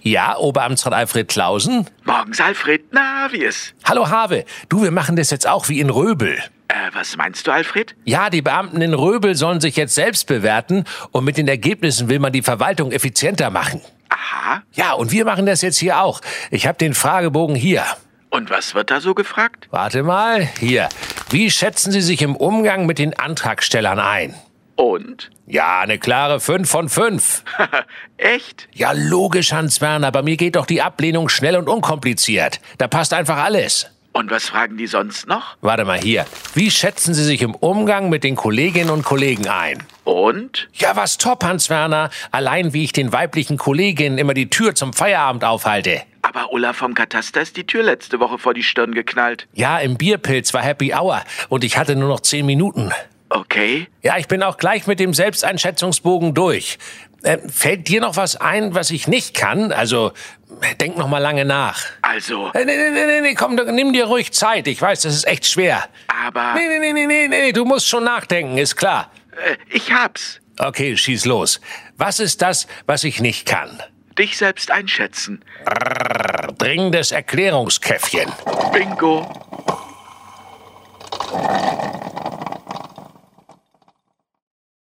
Ja, Oberamtsrat Alfred Klausen. Morgens, Alfred. Na, wie ist? Hallo Have. Du, wir machen das jetzt auch wie in Röbel. Äh, was meinst du, Alfred? Ja, die Beamten in Röbel sollen sich jetzt selbst bewerten und mit den Ergebnissen will man die Verwaltung effizienter machen. Aha. Ja, und wir machen das jetzt hier auch. Ich habe den Fragebogen hier. Und was wird da so gefragt? Warte mal, hier. Wie schätzen Sie sich im Umgang mit den Antragstellern ein? Und? Ja, eine klare 5 von 5. Echt? Ja, logisch, Hans-Werner, bei mir geht doch die Ablehnung schnell und unkompliziert. Da passt einfach alles. Und was fragen die sonst noch? Warte mal hier. Wie schätzen Sie sich im Umgang mit den Kolleginnen und Kollegen ein? Und? Ja, was top, Hans-Werner. Allein wie ich den weiblichen Kolleginnen immer die Tür zum Feierabend aufhalte. Aber Ulla vom Kataster ist die Tür letzte Woche vor die Stirn geknallt. Ja, im Bierpilz war Happy Hour und ich hatte nur noch 10 Minuten. Okay. Ja, ich bin auch gleich mit dem Selbsteinschätzungsbogen durch. Ähm, fällt dir noch was ein, was ich nicht kann? Also, denk noch mal lange nach. Also, Äh, nee, nee, nee, nee, nee, komm, doch, nimm dir ruhig Zeit. Ich weiß, das ist echt schwer. aber. Nee, nee, nee, nee, nee, nee, du musst schon nachdenken, ist klar. Äh, ich hab's. Okay, schieß los. Was ist das, was ich nicht kann? Dich selbst einschätzen. Dringendes Erklärungskäffchen. Bingo.